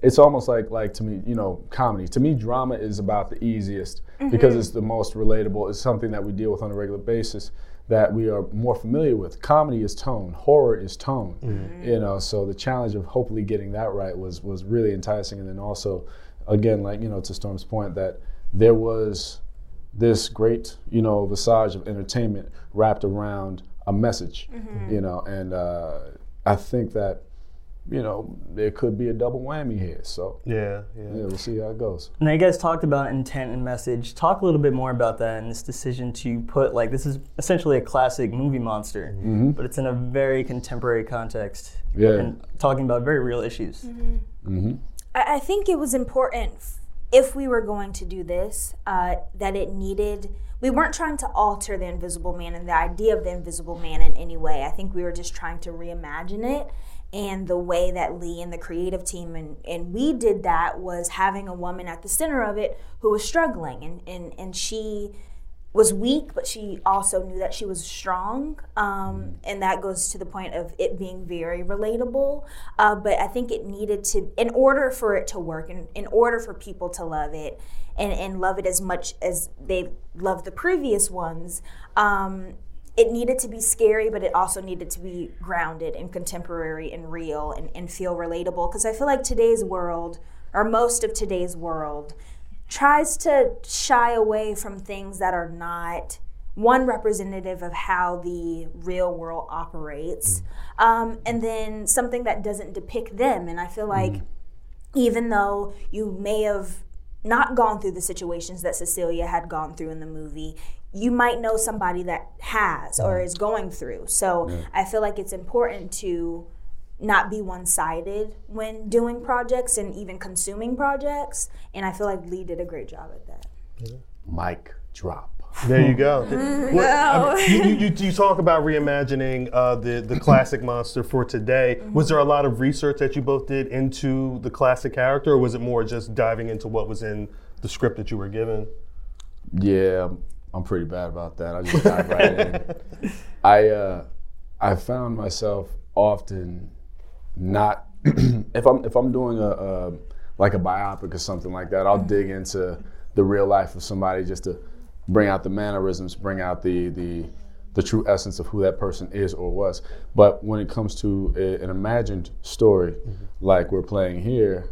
Speaker 4: It's almost like like to me, you know, comedy. To me, drama is about the easiest because it's the most relatable. It's something that we deal with on a regular basis that we are more familiar with. Comedy is tone, horror is tone. You know, so the challenge of hopefully getting that right was was really enticing, and then also, again, like you know, to Storm's point that there was this great, you know, visage of entertainment wrapped around a message, you know, and uh, I think that, you know, there could be a double whammy here. So yeah,
Speaker 6: Yeah, yeah.
Speaker 4: we'll see how it goes.
Speaker 1: Now, you guys talked about intent and message. Talk a little bit more about that and this decision to put, like, this is essentially a classic movie monster, but it's in a very contemporary context
Speaker 4: Mm-hmm. Yeah.
Speaker 1: and talking about very real issues.
Speaker 5: Mm-hmm. I, I think it was important f- if we were going to do this uh, that it needed. We weren't trying to alter the Invisible Man and the idea of the Invisible Man in any way. I think we were just trying to reimagine it. And the way that Lee and the creative team and, and we did that was having a woman at the center of it who was struggling. And, and, and she was weak, but she also knew that she was strong. Um, and that goes to the point of it being very relatable. Uh, but I think it needed to, in order for it to work, in, in order for people to love it and, and love it as much as they loved the previous ones, um, it needed to be scary, but it also needed to be grounded and contemporary and real and, and feel relatable. Because I feel like today's world, or most of today's world, tries to shy away from things that are not one representative of how the real world operates um, and then something that doesn't depict them and i feel like even though you may have not gone through the situations that Cecilia had gone through in the movie, you might know somebody that has or is going through. So I feel like it's important to not be one sided when doing projects and even consuming projects. And I feel like Lee did a great job at that.
Speaker 4: Mic drop.
Speaker 6: There you go. Well, I mean, you, you, you- you talk about reimagining uh, the, the classic monster for today. Was there a lot of research that you both did into the classic character, or was it more just diving into what was in the script that you were given?
Speaker 4: Yeah, I'm- I'm pretty bad about that. I just dive right in. I uh, I found myself often not if I'm if I'm doing a, a like a biopic or something like that, I'll dig into the real life of somebody just to bring out the mannerisms, bring out the the the true essence of who that person is or was. But when it comes to a, an imagined story, like we're playing here,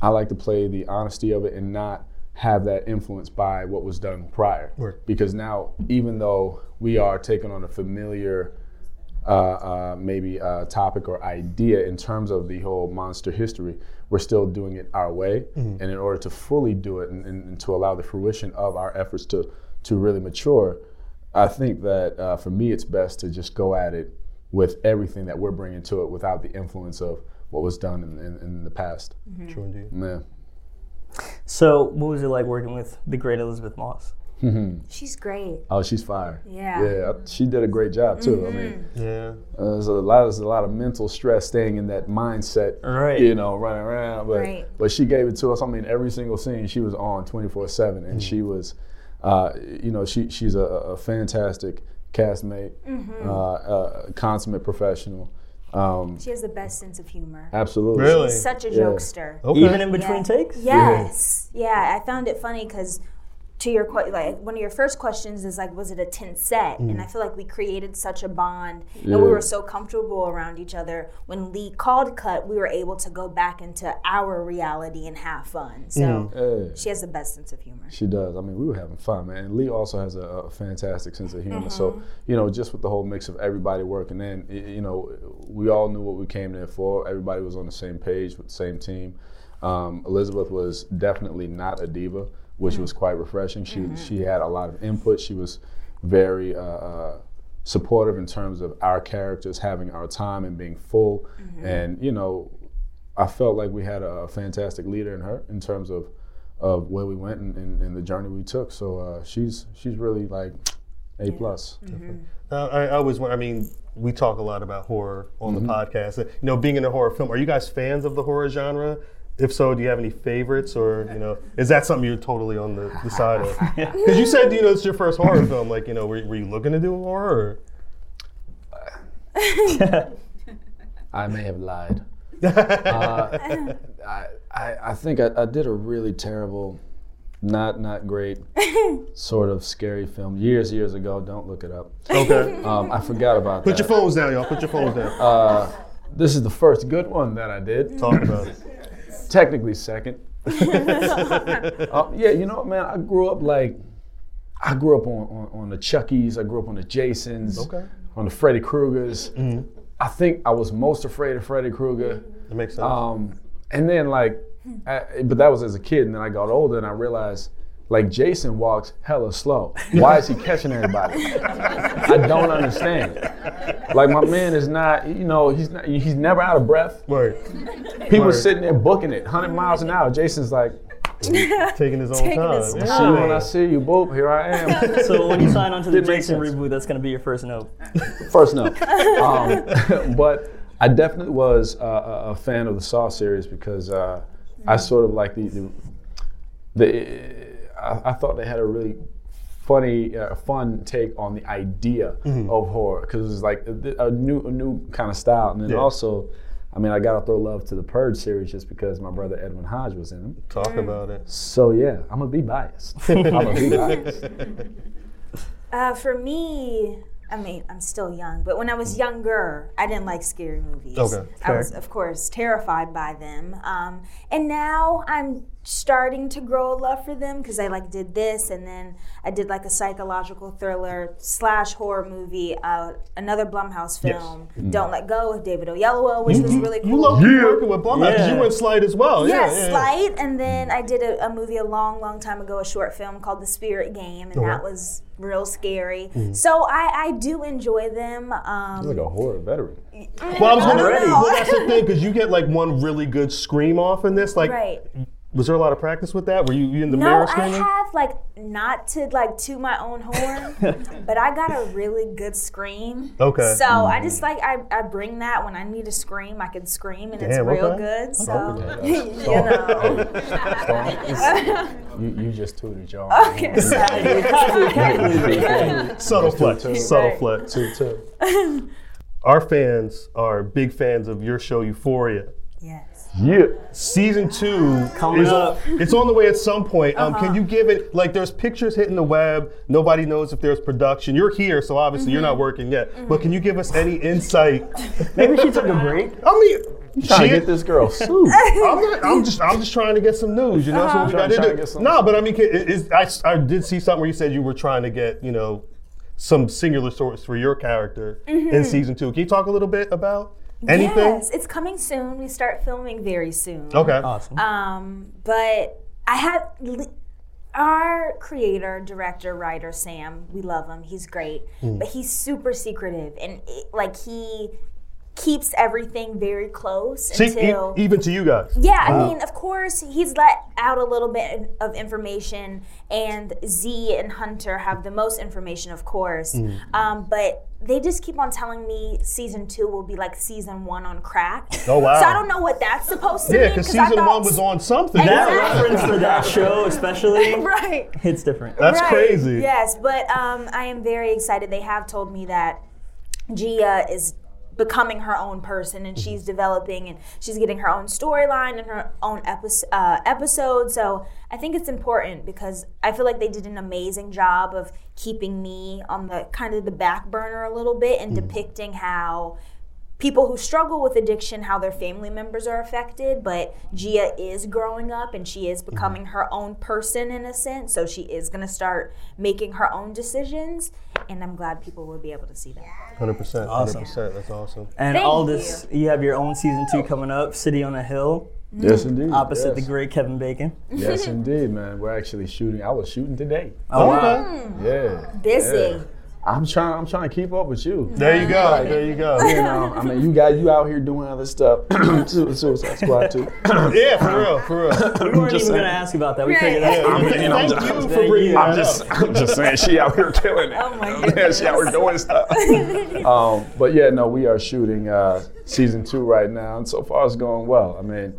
Speaker 4: I like to play the honesty of it and not have that influenced by what was done prior. Because now, even though we are taking on a familiar uh, uh, maybe uh, topic or idea in terms of the whole monster history, we're still doing it our way. And in order to fully do it and, and, and to allow the fruition of our efforts to, to really mature, I think that uh, for me, it's best to just go at it with everything that we're bringing to it without the influence of what was done in, in, in the past.
Speaker 2: True indeed.
Speaker 4: Yeah.
Speaker 1: So, what was it like working with the great Elizabeth Moss?
Speaker 5: She's great.
Speaker 4: Oh, she's fire.
Speaker 5: Yeah.
Speaker 4: Yeah, I- she did a great job too. I mean,
Speaker 2: Yeah.
Speaker 4: uh, there's a lot, there's a lot of mental stress staying in that mindset.
Speaker 1: Right.
Speaker 4: You know, running around, but
Speaker 5: Right.
Speaker 4: but she gave it to us. I mean, every single scene she was on 24/7, and she was, uh, you know, she she's a, a fantastic castmate, uh, a consummate professional. Um, uh,
Speaker 5: She has the best sense of humor.
Speaker 4: absolutely.
Speaker 2: Really?
Speaker 5: Such a jokester.
Speaker 2: Okay.
Speaker 1: Even in between Oh, takes?
Speaker 5: Yes. Yeah. I found it funny because to your que- like one of your first questions is like, was it a tense set? And I feel like we created such a bond and we were so comfortable around each other. When Lee called cut, we were able to go back into our reality and have fun. So
Speaker 4: Yeah.
Speaker 5: she has the best sense of humor.
Speaker 4: She does. I mean, we were having fun, man. And Lee also has a, a fantastic sense of humor. So, you know, just with the whole mix of everybody working in, y- you know, we all knew what we came there for. Everybody was on the same page with the same team. Um, Elizabeth was definitely not a diva, which was quite refreshing. She she had a lot of input. She was very uh, uh, supportive in terms of our characters having our time and being full. And you know, I felt like we had a fantastic leader in her in terms of of where we went and, and, and the journey we took. So uh, she's she's really like a plus.
Speaker 2: Uh, I, I always, wa- I mean, we talk a lot about horror on the podcast. You know, being in a horror film, are you guys fans of the horror genre? If so, do you have any favorites, or you know, is that something you're totally on the, the side of? Because you said you know it's your first horror film. Like you know, were, were you looking to do horror?
Speaker 4: I may have lied. uh, I, I I think I, I did a really terrible, not not great, sort of scary film years years ago. Don't look it up.
Speaker 2: Or? Okay,
Speaker 4: Um, I forgot about
Speaker 2: put
Speaker 4: that.
Speaker 2: your phones down, y'all. Put your phones down.
Speaker 4: this is the first good one that I did.
Speaker 2: Talk about it.
Speaker 4: technically second. Uh, yeah, you know, what, man, I grew up like, I grew up on, on, on the Chuckies, I grew up on the Jasons,
Speaker 2: Okay.
Speaker 4: on the Freddy Kruegers. I think I was most afraid of Freddy Krueger.
Speaker 2: That makes sense.
Speaker 4: Um, and then like, I, but that was as a kid, and then I got older and I realized. Like Jason walks hella slow. Why is he catching everybody? I don't understand. Like my man is not, you know, he's not, he's never out of breath.
Speaker 2: Word.
Speaker 4: People
Speaker 2: Word.
Speaker 4: sitting there booking it, 100 miles an hour. Jason's like,
Speaker 2: Taking his own
Speaker 5: Taking
Speaker 2: time.
Speaker 5: his
Speaker 2: Yeah.
Speaker 4: see you when I see you, boop, here I am.
Speaker 1: So, when you sign on to the
Speaker 4: Didn't make
Speaker 1: Jason
Speaker 4: sense.
Speaker 1: reboot, that's going to be your first note.
Speaker 4: First, no. Um, but I definitely was uh, a, a fan of the Saw series because uh, I sort of like the, the, the I, I thought they had a really funny, uh, fun take on the idea of horror because it was like a, a new, a new kind of style. And then also, I mean, I gotta throw love to the Purge series just because my brother Edwin Hodge was in them.
Speaker 2: Talk about it.
Speaker 4: So yeah, I'm gonna be biased. I'm gonna be biased.
Speaker 5: Uh, for me, I mean, I'm still young, but when I was younger, I didn't like scary movies.
Speaker 2: Okay,
Speaker 5: I was, of course, terrified by them. Um, and now I'm starting to grow a love for them because I like did this, and then I did like a psychological thriller slash horror movie, uh, another Blumhouse film, Don't Let Go with David Oyelowo, which was really cool.
Speaker 2: You love working with Blumhouse. 'cause You
Speaker 1: Yeah.
Speaker 2: went Slide as well.
Speaker 5: Yes,
Speaker 2: yeah, yeah, yeah.
Speaker 5: Light. And then I did a, a movie a long, long time ago, a short film called The Spirit Game, and that was real scary.
Speaker 2: Hmm.
Speaker 5: So I, I do enjoy them. Um,
Speaker 4: Like a horror veteran.
Speaker 2: Well, I was
Speaker 5: I don't
Speaker 2: wondering.
Speaker 5: know.
Speaker 2: Well, that's the thing because you get like one really good scream off in this. Like,
Speaker 5: right.
Speaker 2: was there a lot of practice with that? Were you, you in the
Speaker 5: No,
Speaker 2: mirror
Speaker 5: I
Speaker 2: screaming?
Speaker 5: have like not to like to my own horn, but I got a really good scream.
Speaker 2: Okay. Hmm.
Speaker 5: So I just like I, I bring that when I need to scream, I can scream and it's
Speaker 2: Damn,
Speaker 5: real
Speaker 2: okay.
Speaker 5: good. So you
Speaker 4: Storm.
Speaker 5: know.
Speaker 4: You, you just tooted y'all.
Speaker 5: Okay, so-
Speaker 2: subtle flex. Subtle flex.
Speaker 4: Toot, toot.
Speaker 2: Our fans are big fans of your show Euphoria.
Speaker 5: yes.
Speaker 4: Yeah.
Speaker 2: Season two is
Speaker 1: up.
Speaker 2: On, it's on the way at some point. Um,
Speaker 5: Uh-huh.
Speaker 2: Can you give it like there's pictures hitting the web. Nobody knows if there's production. You're here, so obviously you're
Speaker 5: Mm-hmm.
Speaker 2: not working yet. But can you give us any insight?
Speaker 1: Maybe she took a break.
Speaker 2: I mean,
Speaker 4: Trying
Speaker 2: she-
Speaker 4: to get this girl sued.
Speaker 2: I'm, not, I'm just I'm just trying to get some news. You
Speaker 5: Uh-huh.
Speaker 2: know, that's what we
Speaker 4: Trying-
Speaker 2: got to
Speaker 4: trying to
Speaker 2: do.
Speaker 4: get some-
Speaker 2: no, but I mean, ca- it- it's, I, s- I did see something where you said you were trying to get you know some singular source for your character in season two. Can you talk a little bit about anything?
Speaker 5: Mm-hmm. Yes, it's coming soon. We
Speaker 1: Um,
Speaker 5: start filming very soon.
Speaker 2: Okay.
Speaker 1: Awesome.
Speaker 5: Um, but I have. li- our creator, director, writer Sam, we love him. He's great,
Speaker 6: Hmm.
Speaker 5: but he's super secretive and it, like he keeps everything very close
Speaker 6: See, e-
Speaker 5: until
Speaker 6: even to you guys.
Speaker 5: yeah, I mean, of course, he's let out a little bit of information, and Z and Hunter have the most information, of course.
Speaker 6: Hmm.
Speaker 5: Um, but they just keep on telling me season two will be like season one on crack.
Speaker 6: Oh, wow.
Speaker 5: So I don't know what that's supposed to
Speaker 6: Yeah,
Speaker 5: mean.
Speaker 6: because
Speaker 5: I
Speaker 6: season
Speaker 5: thought-
Speaker 6: one was on something.
Speaker 5: That
Speaker 6: Right.
Speaker 5: Exactly.
Speaker 7: Reference for that show, especially,
Speaker 5: Right.
Speaker 7: hits different.
Speaker 4: Uh,
Speaker 6: That's
Speaker 5: Right.
Speaker 6: crazy.
Speaker 5: Yes, but um, I am very excited. They have told me that Gia is becoming her own person and she's developing and she's getting her own storyline and her own episode, uh, episode. So I think it's important because I feel like they did an amazing job of keeping me on the kind of the back burner a little bit and
Speaker 6: Mm.
Speaker 5: depicting how people who struggle with addiction how their family members are affected but gia is growing up and she
Speaker 4: Mm-hmm.
Speaker 5: is becoming her own person in a sense so she is going to start making her own decisions and i'm glad people will be able to see that
Speaker 6: Hundred percent. Hundred percent. That's awesome.
Speaker 7: And
Speaker 5: Thank
Speaker 7: all this, you. have your own season two coming up, City on a Hill,
Speaker 4: Yes, indeed.
Speaker 7: opposite
Speaker 4: yes.
Speaker 7: the great Kevin Bacon.
Speaker 4: Yes, indeed, man. We're actually shooting. I was shooting today.
Speaker 7: Oh, wow.
Speaker 4: Yeah.
Speaker 5: busy
Speaker 4: I'm trying. I'm trying to keep up with you.
Speaker 6: There you go. There you go.
Speaker 4: You know, I mean, you guys, you out here doing other stuff. Su- Suicide Squad too.
Speaker 6: yeah, for real. For real.
Speaker 7: We weren't
Speaker 4: just
Speaker 7: even going to
Speaker 4: saying.
Speaker 7: ask about that. We
Speaker 5: Right.
Speaker 7: figured that
Speaker 6: Yeah,
Speaker 4: you know, I'm
Speaker 6: thank
Speaker 4: just-
Speaker 6: you for
Speaker 7: Thank
Speaker 6: bringing
Speaker 7: you.
Speaker 6: that
Speaker 4: I'm just, I'm just saying, she out here killing it.
Speaker 5: Oh my
Speaker 4: Yeah, she out here doing stuff. um, but yeah, no, we are shooting uh, season two right now, and so far it's going well. I mean,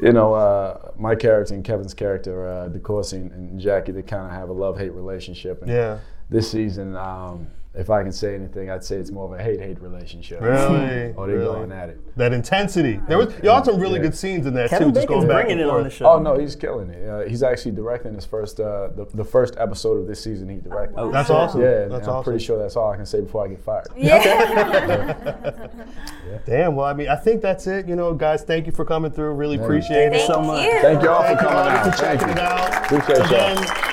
Speaker 4: you know, uh, my character and Kevin's character, uh, DeCourcy and, and Jackie, they kind of have a love-hate relationship. And
Speaker 6: Yeah.
Speaker 4: This season, um, if I can say anything, I'd say it's more of a hate-hate relationship.
Speaker 6: Really?
Speaker 4: Oh, they're
Speaker 6: Really?
Speaker 4: going at it.
Speaker 6: That intensity. There was y'all had some really
Speaker 4: Yeah.
Speaker 6: good scenes in that
Speaker 7: Kevin
Speaker 6: too. Just
Speaker 7: Bacon's
Speaker 6: going back
Speaker 7: bringing
Speaker 6: and
Speaker 7: it
Speaker 6: forth.
Speaker 7: on the show.
Speaker 4: Oh no, he's killing it. Uh, he's actually directing his first, uh, the, the first episode of this season. He directed.
Speaker 6: That's awesome.
Speaker 4: Yeah, and
Speaker 6: Oh, That's
Speaker 4: I'm
Speaker 6: awesome.
Speaker 4: pretty sure that's all I can say before I get fired.
Speaker 6: Damn. Well, I mean, I think that's it. You know, guys, thank you for coming through. Really appreciate it.
Speaker 5: thank
Speaker 7: so much.
Speaker 5: you
Speaker 4: Thank you all for
Speaker 6: Thank you
Speaker 4: coming
Speaker 6: guys
Speaker 4: out.
Speaker 6: for
Speaker 4: Thank
Speaker 6: checking
Speaker 4: you.
Speaker 6: it out.
Speaker 4: Appreciate
Speaker 6: Again,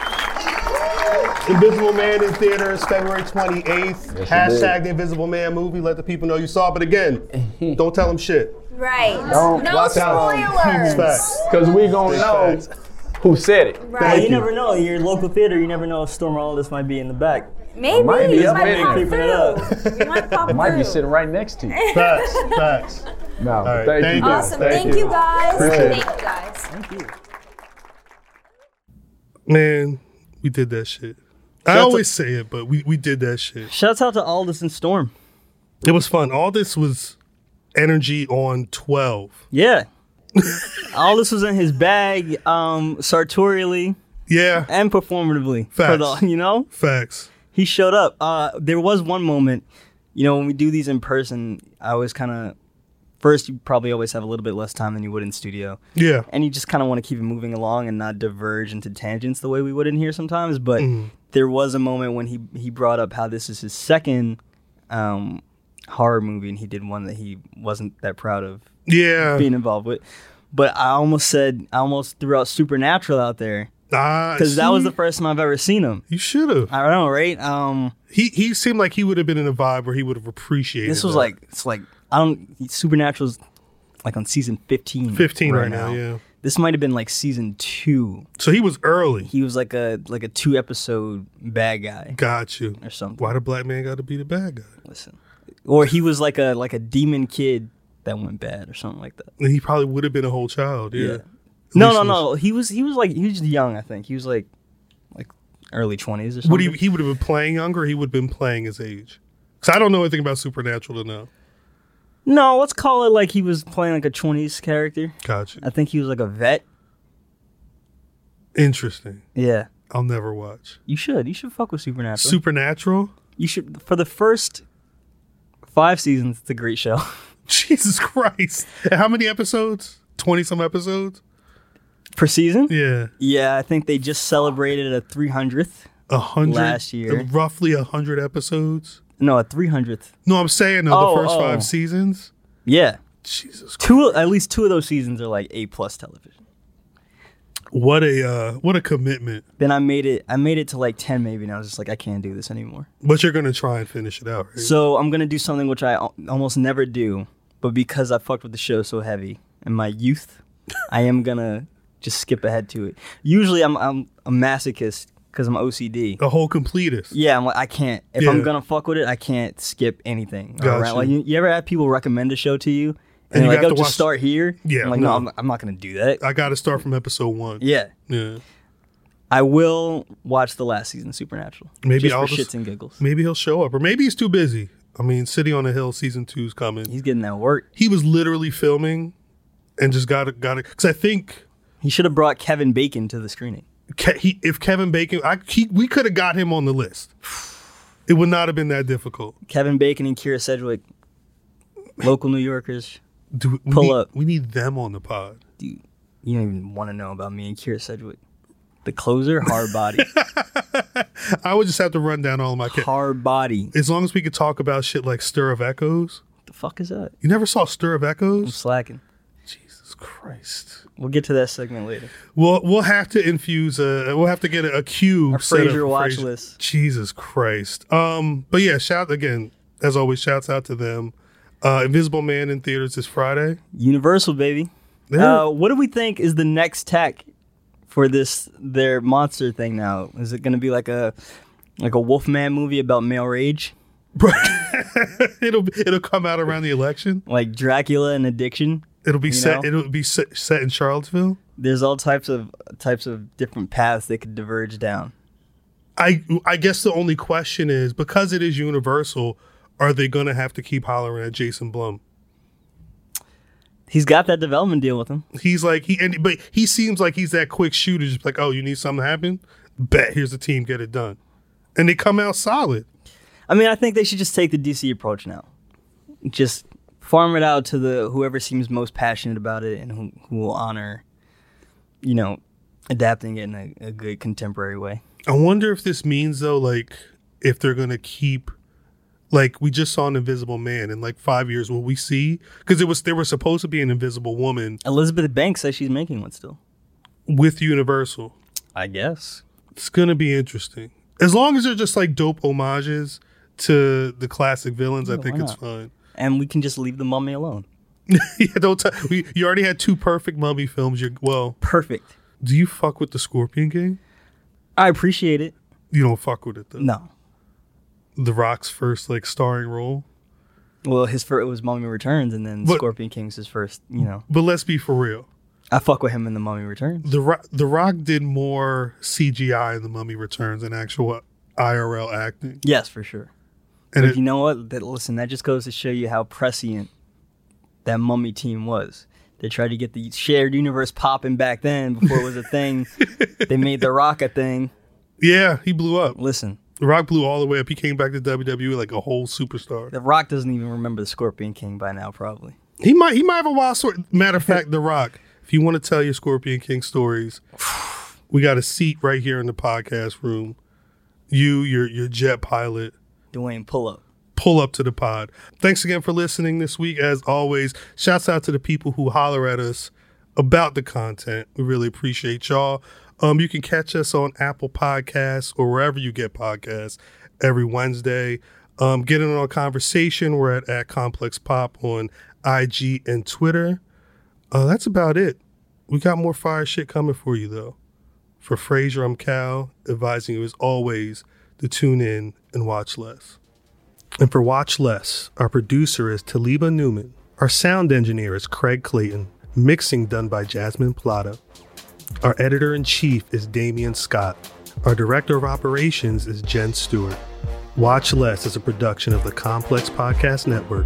Speaker 6: Invisible Man in theaters, February 28th. Hashtag the Invisible Man movie. Let the people know you saw. it. But again, don't tell them shit.
Speaker 5: right
Speaker 4: Don't
Speaker 5: no
Speaker 4: watch out.
Speaker 6: It's
Speaker 5: spoilers
Speaker 6: facts.
Speaker 4: Because we gonna
Speaker 6: Big
Speaker 4: know
Speaker 6: facts.
Speaker 4: who said it.
Speaker 7: Hey, you,
Speaker 5: right
Speaker 7: never know. Your local theater, you never know if Storm Aldous might be in the back.
Speaker 5: maybe
Speaker 4: Might be
Speaker 5: you
Speaker 4: up
Speaker 5: might
Speaker 4: waiting.
Speaker 5: pop
Speaker 7: Keeping it up.
Speaker 5: through you might pop
Speaker 4: It might
Speaker 5: through
Speaker 4: be sitting right next to you.
Speaker 6: Facts. Facts.
Speaker 4: No,
Speaker 6: right,
Speaker 4: thank,
Speaker 6: thank
Speaker 4: you.
Speaker 6: you.
Speaker 4: guys.
Speaker 5: awesome thank, you guys
Speaker 4: Appreciate it.
Speaker 5: thank you guys
Speaker 2: Man, we did that shit. I always say it, but we, we did that shit.
Speaker 1: Shouts out to Aldous and Storm.
Speaker 2: It was fun. All this was energy on 12.
Speaker 1: Yeah. Aldous was in his bag, um, sartorially
Speaker 2: Yeah,
Speaker 1: and performatively. For
Speaker 2: Facts.
Speaker 1: the, you know,
Speaker 2: facts.
Speaker 1: he showed up. Uh, there was one moment, you know, when we do these in person, I was kind of first. You probably always have a little bit less time than you would in studio.
Speaker 2: Yeah.
Speaker 1: and you just kind of want to keep it moving along and not diverge into tangents the way we would in here sometimes. But
Speaker 2: Mm-hmm.
Speaker 1: there was a moment when he he brought up how this is his second um, horror movie, and he did one that he wasn't that proud of
Speaker 2: Yeah.
Speaker 1: being involved with. But I almost said I almost threw out Supernatural out there
Speaker 2: Ah,
Speaker 1: because that was the
Speaker 2: see?
Speaker 1: first time I've ever seen him.
Speaker 2: You should have.
Speaker 1: I don't know, right? Um,
Speaker 2: He he seemed like he would have been in a vibe where he would have appreciated.
Speaker 1: this was
Speaker 2: that.
Speaker 1: like it's like I don't Supernatural's like on season fifteen.
Speaker 2: 15 right, now, yeah.
Speaker 1: This might have been like season two.
Speaker 2: So he was early.
Speaker 1: He was like a like a two episode bad guy
Speaker 2: Got you.
Speaker 1: or something.
Speaker 2: Why the black man got to be the bad guy?
Speaker 1: Listen, or he was like a like a demon kid that went bad or something like that.
Speaker 2: And he probably would have been a whole child. Yeah.
Speaker 1: Yeah. No, no,
Speaker 2: least he was-
Speaker 1: no. He was he was like he was young. I think he was like like early twenties or something.
Speaker 2: Would he? He would have been playing younger. He would have been playing his age. Because I don't know anything about supernatural to know.
Speaker 1: no, let's call it like he was playing like a twenties character.
Speaker 2: Gotcha.
Speaker 1: I think he was like a vet.
Speaker 2: Interesting.
Speaker 1: Yeah.
Speaker 2: I'll never watch
Speaker 1: You should. You should fuck with Supernatural.
Speaker 2: supernatural.
Speaker 1: you should for the first five seasons. It's a great show.
Speaker 2: Jesus Christ! And how many episodes? Twenty some episodes.
Speaker 1: per season.
Speaker 2: Yeah,
Speaker 1: Yeah, I think they just celebrated a 300th.
Speaker 2: a hundred.
Speaker 1: Last year.
Speaker 2: roughly a hundred episodes.
Speaker 1: No, a 300th.
Speaker 2: No, I'm saying though,
Speaker 1: Oh,
Speaker 2: the first
Speaker 1: oh.
Speaker 2: five seasons.
Speaker 1: Yeah.
Speaker 2: Jesus, Christ.
Speaker 1: Two at least two of those seasons are like A plus television.
Speaker 2: what a uh, what a commitment!
Speaker 1: Then I made it I made it to like 10 maybe and I was just like I can't do this anymore.
Speaker 2: But you're gonna try and finish it out, right?
Speaker 1: So, I'm going to do something which I al- almost never do, but because I fucked with the show so heavy in my youth, I am going to just skip ahead to it. Usually, I'm I'm a masochist because I'm OCD.
Speaker 8: A whole completist.
Speaker 1: Yeah, I'm like I can't. If I'm
Speaker 8: Yeah.
Speaker 1: gonna fuck with it, I can't skip anything.
Speaker 8: Gotcha.
Speaker 1: Around- Like you, you ever have people recommend a show to you,
Speaker 8: And
Speaker 1: and,
Speaker 8: you
Speaker 1: they're like,
Speaker 8: have
Speaker 1: "Oh,
Speaker 8: to
Speaker 1: just
Speaker 8: watch-
Speaker 1: start here."
Speaker 8: Yeah,
Speaker 1: I'm like no,
Speaker 8: no.
Speaker 1: I'm, I'm not gonna do that.
Speaker 8: I got to start from episode one.
Speaker 1: yeah,
Speaker 8: Yeah.
Speaker 1: I will watch the last season of Supernatural.
Speaker 8: Maybe
Speaker 1: just
Speaker 8: I'll
Speaker 1: for
Speaker 8: just-
Speaker 1: shits and giggles.
Speaker 8: Maybe he'll show up, or maybe he's too busy. I mean, City on the Hill season two's coming.
Speaker 1: He's getting that work.
Speaker 8: he was literally filming, and just got it. Got it. Because I think
Speaker 1: He should have brought Kevin Bacon to the screening.
Speaker 8: Ke- he, if Kevin Bacon, I, he, we could have got him on the list. It would not have been that difficult.
Speaker 1: Kevin Bacon and Kira Sedgwick, local New Yorkers.
Speaker 8: Do we- we
Speaker 1: Pull
Speaker 8: need-
Speaker 1: up.
Speaker 8: We need them on the pod.
Speaker 1: Dude, you don't even want to know about me and Kira Sedgwick. The closer, hard body,
Speaker 8: I would just have to run down all of my. Ca-
Speaker 1: hard body.
Speaker 8: as long as we could talk about shit like Stir of Echoes.
Speaker 1: the fuck is that?
Speaker 8: You never saw Stir of
Speaker 1: I'm
Speaker 8: Echoes?
Speaker 1: slacking.
Speaker 8: Jesus Christ.
Speaker 1: We'll get to that segment later.
Speaker 8: We'll we'll have to infuse a we'll have to get a, a cue
Speaker 1: Our
Speaker 8: set up
Speaker 1: Frasier
Speaker 8: for
Speaker 1: watch
Speaker 8: Frasier.
Speaker 1: list.
Speaker 8: Jesus Christ. Um, but yeah, shout again as always. Shouts out to them. Uh, Invisible Man in theaters this Friday.
Speaker 1: Universal, baby.
Speaker 8: Yeah.
Speaker 1: Uh, what do we think is the next tech for this their monster thing? Now is it going to be like a like a Wolfman movie about male rage,
Speaker 8: it'll be- it'll come out around the election.
Speaker 1: like Dracula and addiction?
Speaker 8: It'll be
Speaker 1: You
Speaker 8: set.
Speaker 1: know?
Speaker 8: It'll be set, set in Charlottesville.
Speaker 1: There's all types of types of different paths they could diverge down.
Speaker 8: I I guess the only question is because it is Universal, are they going to have to keep hollering at Jason Blum?
Speaker 1: He's got that development deal with him.
Speaker 8: He's like he and but he seems like he's that quick shooter. Just like oh, you need something to happen. Bet here's the team. Get it done. And they come out solid.
Speaker 1: I mean, I think they should just take the DC approach now. Just farm it out to the whoever seems most passionate about it and who, who will honor, you know, adapting it in a, a good contemporary way.
Speaker 8: I wonder if this means though, like if they're gonna keep, like we just saw an Invisible Man in like five years. Will we see? Because it was there was supposed to be an Invisible Woman
Speaker 1: Elizabeth Banks says she's making one still.
Speaker 8: with Universal.
Speaker 1: I guess.
Speaker 8: It's gonna be interesting. As long as they're just like dope homages to the classic villains, I think it's fun.
Speaker 1: And we can just leave the mummy alone.
Speaker 8: yeah, don't. T- we, you already had two perfect mummy films. You're well.
Speaker 1: Perfect.
Speaker 8: Do you fuck with the Scorpion King?
Speaker 1: I appreciate it.
Speaker 8: You don't fuck with it though.
Speaker 1: No.
Speaker 8: The Rock's first like starring role.
Speaker 1: Well, his first it was Mummy Returns, and then
Speaker 8: But-
Speaker 1: Scorpion King's his first. You know,
Speaker 8: But let's be for real.
Speaker 1: I fuck with him in the Mummy Returns.
Speaker 8: The Rock, the Rock did more CGI in The Mummy Returns than actual IRL acting.
Speaker 1: Yes, for sure.
Speaker 8: And
Speaker 1: but
Speaker 8: it-
Speaker 1: you know what? That, listen, that just goes to show you how prescient that mummy team was. They tried to get the shared universe popping back then before it was a thing. they made The Rock a thing.
Speaker 8: Yeah, he blew up.
Speaker 1: Listen,
Speaker 8: The Rock blew all the way up. He came back to WWE like a whole superstar.
Speaker 1: The Rock doesn't even remember the Scorpion King by now, probably.
Speaker 8: He might he might have a wild story. Matter of fact, The Rock, if you want to tell your Scorpion King stories, we got a seat right here in the podcast room. You, your your jet pilot,
Speaker 1: Dwayne, pull up.
Speaker 8: pull up to the pod. Thanks again for listening this week. As always, shouts out to the people who holler at us about the content. We really appreciate y'all. Um, you can catch us on Apple Podcasts or wherever you get podcasts every Wednesday. Um, get in on a conversation. We're at, at Complex Pop on IG and Twitter. Uh, that's about it. We got more fire shit coming for you though. For Fraser, I'm Cal, advising you as always to tune in and watch less. And for Watch Less, our producer is Taliba Newman. Our sound engineer is Craig Clayton. Mixing done by Jasmine Plata. Our editor in chief is Damian Scott. Our director of operations is Jen Stewart. Watch Less is a production of the Complex Podcast Network.